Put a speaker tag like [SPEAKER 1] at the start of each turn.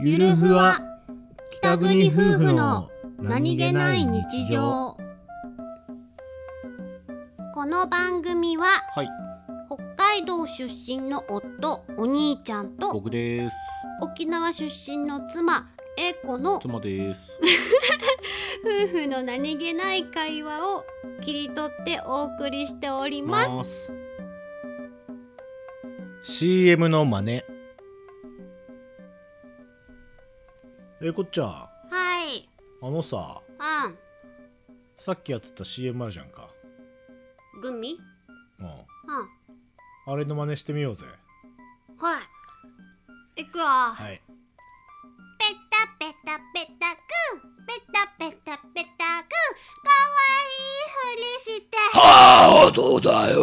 [SPEAKER 1] ゆるふわ北国夫婦の
[SPEAKER 2] この番組は
[SPEAKER 1] はい
[SPEAKER 2] 北海道出身の夫お兄ちゃんと
[SPEAKER 1] 僕です
[SPEAKER 2] 沖縄出身の妻英子の夫
[SPEAKER 1] 妻です
[SPEAKER 2] 婦の何気ない会話を切り取ってお送りしております
[SPEAKER 1] ます CM の真似えこっちゃんあ
[SPEAKER 2] はい
[SPEAKER 1] のさ
[SPEAKER 2] あ
[SPEAKER 1] さっきやってた CM あるじゃんか
[SPEAKER 2] んグミ
[SPEAKER 1] うん
[SPEAKER 2] う
[SPEAKER 1] あれの真似してみようぜ
[SPEAKER 2] んはいいくよ、
[SPEAKER 1] はい
[SPEAKER 2] ペタペタペタくんペタペタペタくんかわいいふりして
[SPEAKER 1] ああどうだよ